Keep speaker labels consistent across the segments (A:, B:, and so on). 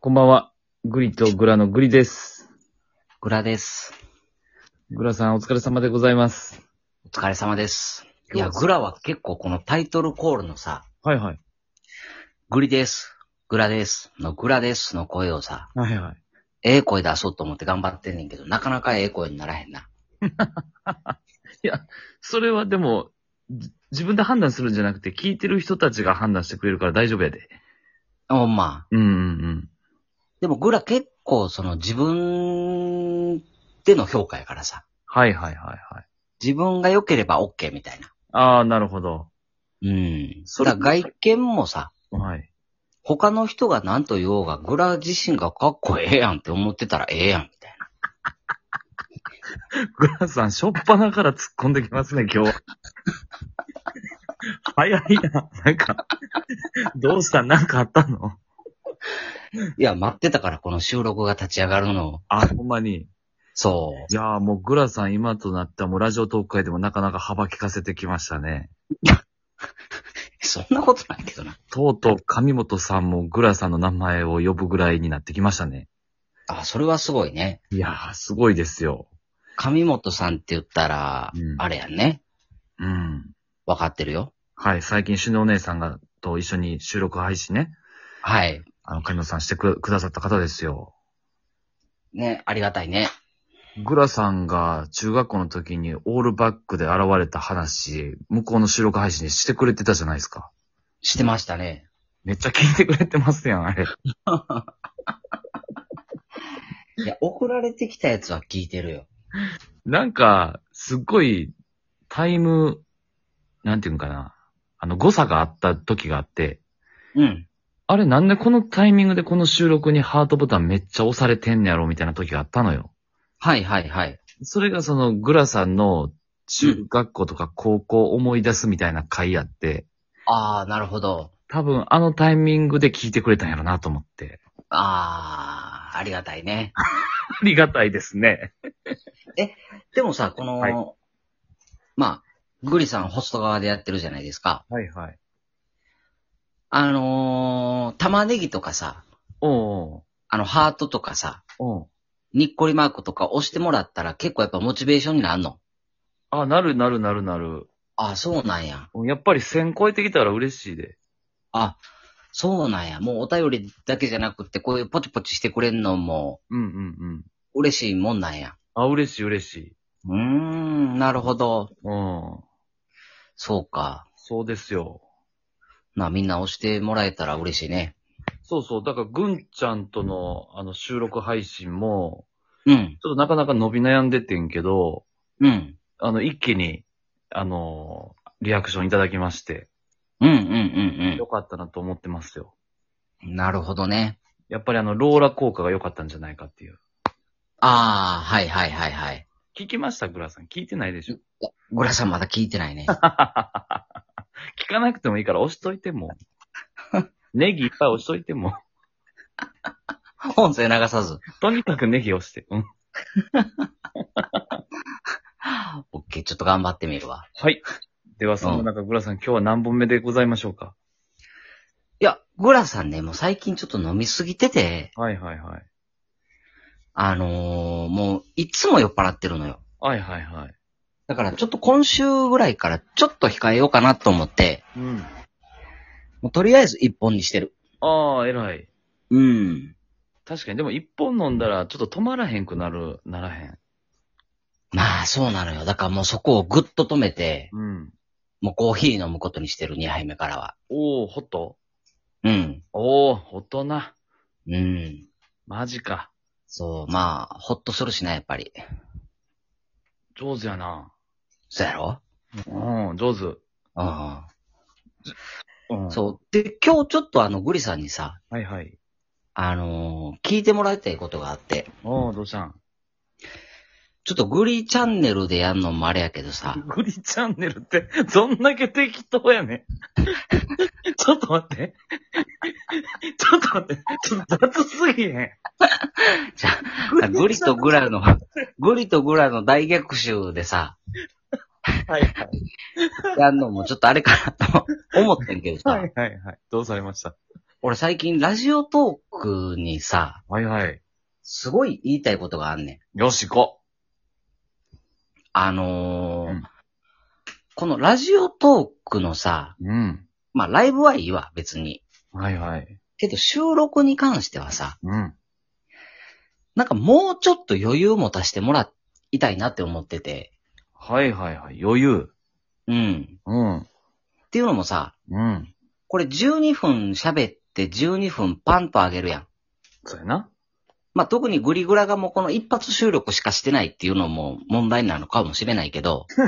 A: こんばんは。グリとグラのグリです。
B: グラです。
A: グラさんお疲れ様でございます。
B: お疲れ様です。い
A: 今
B: や、
A: 日は
B: グラは結構このタイトルコールのさ、
A: はいはい。
B: グリです、グラです、のグラですの声をさ、
A: はいはい。
B: ええ声出そうと思って頑張ってんねんけど、なかなかええ声にならへんな。
A: それはでも、じ自分で判断するんじゃなくて、聞いてる人たちが判断してくれるから大丈夫やで。
B: ほんま。
A: うんうん
B: でもグラ結構その自分での評価やからさ、
A: はいはいはいはい。
B: 自分が良ければ OK みたいな。
A: ああ、なるほど。
B: うん。
A: そ
B: そ
A: れ
B: れ外見もさ、
A: はい。
B: 他の人が何と言おうが、グラ自身がかっこええやんって思ってたらええやんみたいな。
A: グラさん、しょっぱなから突っ込んできますね、今日。 早いな。なんか、どうしたなんかあったの
B: いや、待ってたからこの収録が立ち上がるのを。
A: あ、ほんまに。
B: そう。
A: いやーもうグラさん今となってはもうラジオトーク会でもなかなか幅利かせてきましたね。
B: そんなことないけどな。
A: とうとう上本さんもグラさんの名前を呼ぶぐらいになってきましたね。
B: あ、それはすごいね。
A: いやー、すごいですよ。
B: 上本さんって言ったら、
A: うん
B: あれやんね。
A: うん。
B: わかってるよ。
A: はい、最近、しのお姉さんが、と一緒に収録配信ね、
B: はい。
A: あの、上本さんしてくくださった方ですよ。
B: ね、ありがたいね。
A: グラさんが中学校の時にオールバックで現れた話、向こうの収録配信でしてくれてたじゃないですか。
B: してましたね。
A: めっちゃ聞いてくれてますやん、あれ。
B: いや、送られてきたやつは聞いてるよ。
A: なんか、すっごい、タイム、なんていうんかな。あの、誤差があった時があって、
B: うん。
A: あれなんでこのタイミングでこの収録にハートボタンめっちゃ押されてんねやろみたいな時があったのよ。
B: はいはいはい。
A: それがそのグラさんの中学校とか高校思い出すみたいな回やって、
B: あー、なるほど。
A: 多分あのタイミングで聞いてくれたんやろなと思って。
B: あー、ありがたいね。
A: ありがたいですね。
B: でもさ、この、
A: はい
B: まあ、グリさんホスト側でやってるじゃないですか。
A: はいはい。
B: あのー、玉ねぎとかさ、
A: おう
B: あの、ハートとかさ、
A: おうおう
B: にっこりマークとか押してもらったら結構やっぱモチベーションになるの。
A: あ、なるなるなるなる。
B: あ、そうなんや。
A: やっぱり1000超えてきたら嬉しいで。
B: あ、そうなんや。もうお便りだけじゃなくて、こういうポチポチしてくれんのも
A: うんうんうん。
B: 嬉しいもんなんや。
A: あ、嬉しい嬉しい。
B: うーん、なるほど。
A: うん。
B: そうか。
A: そうですよ。
B: まあみんな押してもらえたら嬉しいね。
A: そうそう。だから、ぐんちゃんとの、あの、収録配信も、
B: うん、
A: ちょっとなかなか伸び悩んでてんけど、
B: うん、
A: あの、一気に、あのーリアクションいただきまして、
B: うん、うん、
A: 良かったなと思ってますよ。
B: うん、うん。なるほどね。
A: やっぱりあの、ローラ効果が良かったんじゃないかっていう。
B: ああ、はいはいはいはい。
A: 聞きましたグラさん。聞いてないでしょ
B: グラさんまだ聞いてないね。
A: 聞かなくてもいいから押しといて も。ネギいっぱい押しといても。
B: 音声流さず。
A: とにかくネギ押して。うん。
B: オッケー、ちょっと頑張ってみるわ。
A: はい。では、その中、グラさん、今日は何本目でございましょうか
B: いや、グラさんね、もう最近ちょっと飲みすぎてて、
A: はいはいはい。
B: あのー、もういつも酔っ払ってるのよ。
A: はいはいはい。
B: だからちょっと今週ぐらいからちょっと控えようかなと思って、
A: うん。
B: もうとりあえず一本にしてる。
A: ああ、偉い。
B: うん。
A: 確かに、でも一本飲んだらちょっと止まらへんくなる、ならへん。
B: まあそうなのよ。だからもうそこをぐっと止めて、
A: うん。
B: もうコーヒー飲むことにしてる2杯目からは。
A: おおホット
B: うん。
A: おお大人。
B: うん。
A: マジか。
B: そう、まあ、ほっとするしな、やっぱり。
A: 上手やな。
B: そうやろ
A: うん、上手。
B: うん。
A: うんう。
B: そう。で、今日ちょっとあの、グリさんにさ、
A: はいはい。
B: あのー聞いてもらいたいことがあって、
A: おおどうしたん
B: ちょっとグリチャンネルでやんのもあれやけどさ、
A: グリチャンネルって、どんだけ適当やねん。 ちょっと待って。 ちょっと待って。ちょっと雑すぎへん。
B: じゃあ、グリとグラの、グリとグラの大逆襲でさ、
A: はいはい。
B: やんのもちょっとあれかなと思ってんけどさ、
A: はいはいはい。どうされました
B: 俺最近ラジオトークにさ、
A: はいはい。
B: すごい言いたいことがあんねん。
A: よし、行こ
B: あのー
A: うん
B: このラジオトークのさ、
A: う。うん。
B: まあライブはいいわ、別に。
A: はいはい。
B: けど収録に関してはさ、
A: うん。
B: なんかもうちょっと余裕も足してもらいたいなって思ってて。
A: はいはいはい。余裕。
B: うん。
A: うん。
B: っていうのもさ、
A: うん。
B: これ12分喋って12分パンと上げるやん。
A: そうやな。
B: まあ、特にグリグラがもうこの一発収録しかしてないっていうのも問題なのかもしれないけど、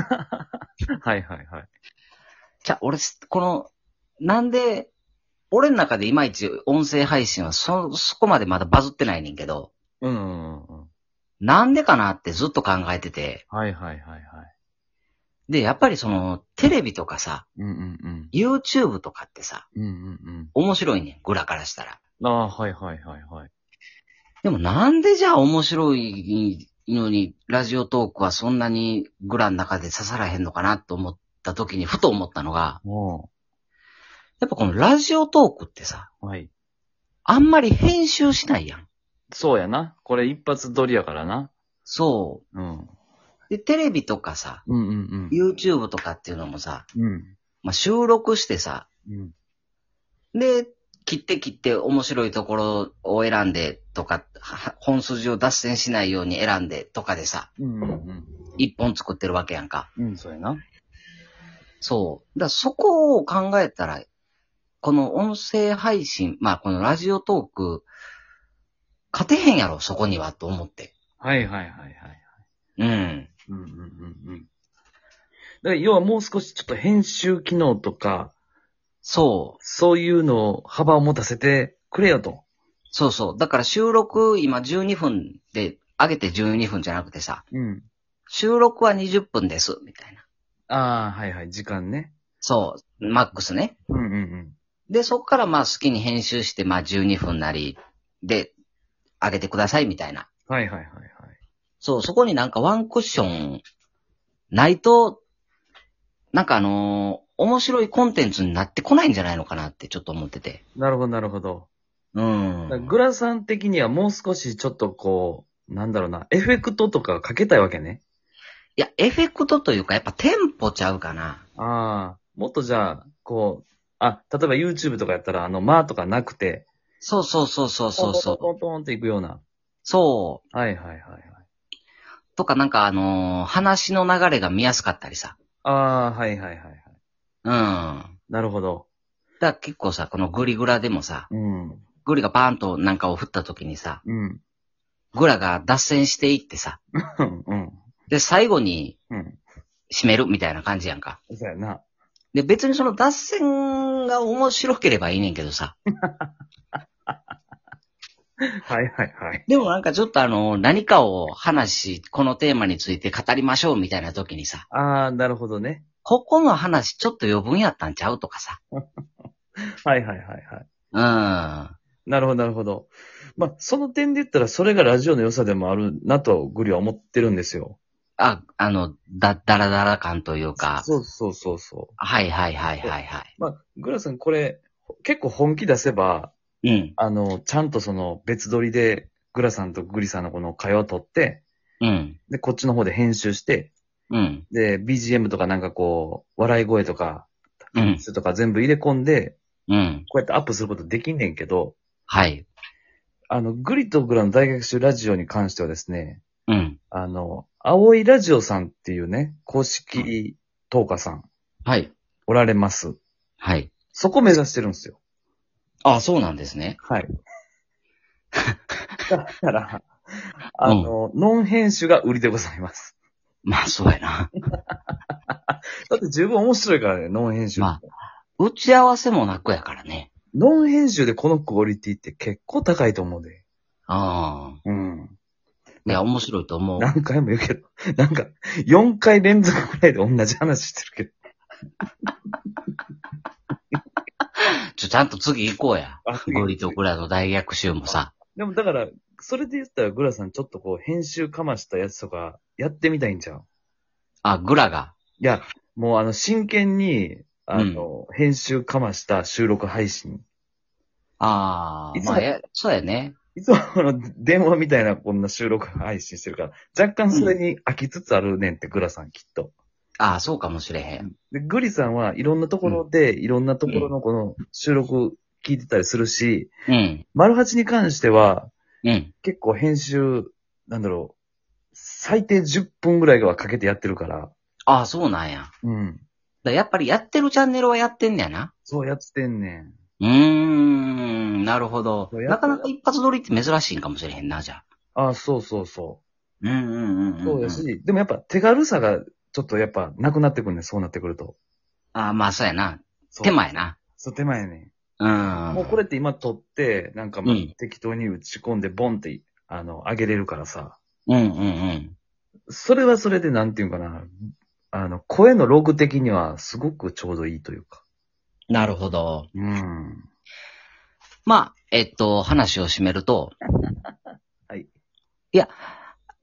A: はいはいはい。
B: じゃあ俺、この、なんで、俺の中でいまいち音声配信はそ、そこまでまだバズってないねんけど、
A: うんうんうんうん。
B: なんでかなってずっと考えてて、
A: はいはいはいはい。
B: で、やっぱりその、テレビとかさ、
A: うんうんうん。
B: YouTube とかってさ、
A: うんうん
B: 面白いねん、グラからしたら。
A: うん。ああー、はいはいはいはい。
B: でもなんでじゃあ面白いのに、ラジオトークはそんなにグラの中で刺さらへんのかなと思った時にふと思ったのが、
A: も
B: やっぱこのラジオトークってさ、
A: う。はい。
B: あんまり編集しないやん。
A: そうやな。これ一発撮りやからな。
B: そ
A: うん。
B: う。で、テレビとかさ、
A: うんうんうん。
B: YouTube とかっていうのもさ、
A: うん。
B: まあ、収録してさ、
A: うん。
B: で、切って切って面白いところを選んでとか、は本筋を脱線しないように選んでとかでさ、
A: うんうん
B: 一本作ってるわけやんか。
A: うん。うん、そうやな。
B: そう。だからそこを考えたら、この音声配信、まあこのラジオトーク、勝てへんやろ、そこには、と思って。
A: はいはいはいはい。
B: うん。
A: うんうんうんうん。だから要はもう少しちょっと編集機能とか、
B: そう。
A: そういうのを幅を持たせてくれよと。
B: そうそう。だから収録、今12分で、上げて12分じゃなくてさ、
A: うん。
B: 収録は20分です、みたいな。
A: ああ、はいはい、時間ね。
B: そう、マックスね。
A: うんうんうん。
B: で、そこからまあ好きに編集して、まあ12分なりで、上げてください、みたいな。
A: はいはいはいはい。
B: そう、そこになんかワンクッション、ないと、なんかあのー面白いコンテンツになってこないんじゃないのかなってちょっと思ってて。
A: なるほどなるほど。
B: う
A: だから
B: ん。
A: グラさん的にはもう少しちょっとこう、なんだろうな、エフェクトとかかけたいわけね。
B: いや、エフェクトというか、やっぱテンポちゃうかな。
A: ああ、もっとじゃあ、こう、あ、例えば YouTube とかやったら、あの、まあとかなくて、
B: そうそうそうそうそうそ
A: ポン
B: う。
A: ポンポンポンっていくような。
B: そう。
A: はいはいはいはい。
B: とかなんかあのー話の流れが見やすかったりさ。
A: ああ、はいはいはいはい。
B: うん。だか
A: なるほど。
B: ら結構さ、このグリグラでもさ、
A: うん。
B: グリがパーンとなんかを振った時にさ、
A: うん。
B: グラが脱線していってさ、
A: うん。うん。
B: で、最後に
A: うん。
B: 締めるみたいな感じやんか。
A: そうやな。
B: で、別にその脱線が面白ければいいねんけどさ。
A: はいはいはい。
B: でもなんかちょっとあのー何かを話し、このテーマについて語りましょうみたいな時にさ、
A: ああ、なるほどね。
B: ここの話ちょっと余分やったんちゃうとかさ。
A: はいはいはいはい。
B: うん。
A: なるほどなるほど。まあ、その点で言ったら、それがラジオの良さでもあるなと、グリは思ってるんですよ。
B: あ、あの、だ、だらだら感というか。
A: そうそうそうそ
B: はいはいはいはいはい。
A: う。まあ、グラさんこれ、結構本気出せば、
B: うん。
A: あの、ちゃんとその別撮りで、グラさんとグリさんのこの会話を撮って、
B: うん。
A: で、こっちの方で編集して、
B: うん。
A: で、BGM とかなんかこう、笑い声とか、
B: うん。
A: それとか全部入れ込んで、
B: うん。
A: こうやってアップすることできんねんけど、
B: はい。
A: あの、グリとグラの大学習ラジオに関してはですね、
B: うん。
A: あの、青いラジオさんっていうね、公式投下さん、
B: はい。
A: おられます。
B: はい。
A: そこ目指してるんですよ。
B: あ、そうなんですね。
A: はい。 だから、あの、ノン編集が売りでございます。
B: まあ、そうやな。
A: だって十分面白いからね、ノン編集。
B: ま打ち合わせもなくやからね。
A: ノン編集でこのクオリティって結構高いと思うで。
B: ああ。
A: うん。
B: いや、面白いと思う。
A: 何回も言うけど、なんか、4回連続くらいで同じ話してるけど。
B: ちょ、ちゃんと次行こうや。
A: あ
B: ゴリとグラの大逆襲もさ。
A: でもだから、それで言ったらグラさんちょっとこう編集かましたやつとかやってみたいんちゃう
B: あ、グラが。
A: いや、もうあの真剣に、あの、編集かました収録配信。
B: あ
A: い
B: あ、
A: つも
B: まあ、え、そうやね。
A: いつもこの電話みたいなこんな収録配信してるから、若干それに飽きつつあるねんって、グラさんきっと。
B: ああ、そうかもしれへん。
A: で、グリさんはいろんなところで、いろんなところのこの収録聞いてたりするし、
B: うん。
A: マルハチに関しては、
B: うん。
A: 結構編集、なんだろう、最低10分ぐらいはかけてやってるから、
B: ああ、そうなんや。だか
A: うん。
B: らやっぱりやってるチャンネルはやってんねやな。
A: そうやってんねん。
B: うーん、なるほど。
A: そうや
B: なかなか一発撮りって珍しいんかもしれへんな、じゃあ。
A: あそうそうそ
B: うんうんうん
A: う。
B: ん。
A: そうやし、。でもやっぱ手軽さがちょっとやっぱなくなってくるねん、そうなってくると。
B: ああ、まあ、そうやな。
A: そう
B: 手。間やな。
A: そう、手間やね。
B: うんん。
A: もうこれって今撮って、なんかまあ
B: うん
A: 適当に打ち込んで、ボンって、あの、上げれるからさ。
B: うんうんうん。
A: それはそれでなんていうんかな。あの、声のログ的にはすごくちょうどいいというか。
B: なるほど。
A: うん。
B: まあ、えっと、話を締めると。
A: はい。
B: いや、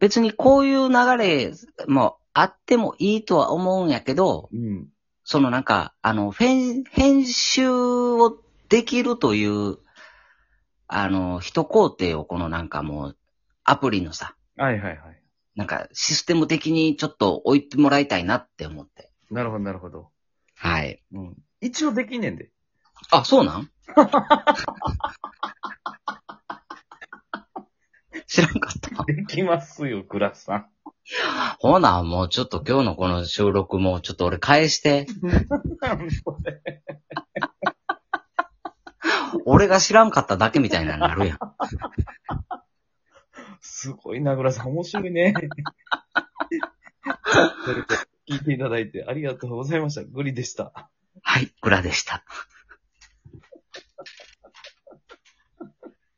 B: 別にこういう流れもあってもいいとは思うんやけど、
A: うん。
B: そのなんか、あの、編編集をできるという、あの、一工程をこのなんかもう、アプリのさ、
A: はいはいはい。
B: なんかシステム的にちょっと置いてもらいたいなって思って。
A: なるほどなるほど。
B: はい。
A: うん。一応できんねんで。
B: あ、そうなん 知らんかった。
A: できますよ、グラさん。
B: ほな、もうちょっと今日のこの収録もちょっと俺返して、俺が知らんかっただけみたいなのになるやん。
A: すごいな、グラさん。面白いね。聞いていただいてありがとうございました。グリでした。
B: はい、グラでした。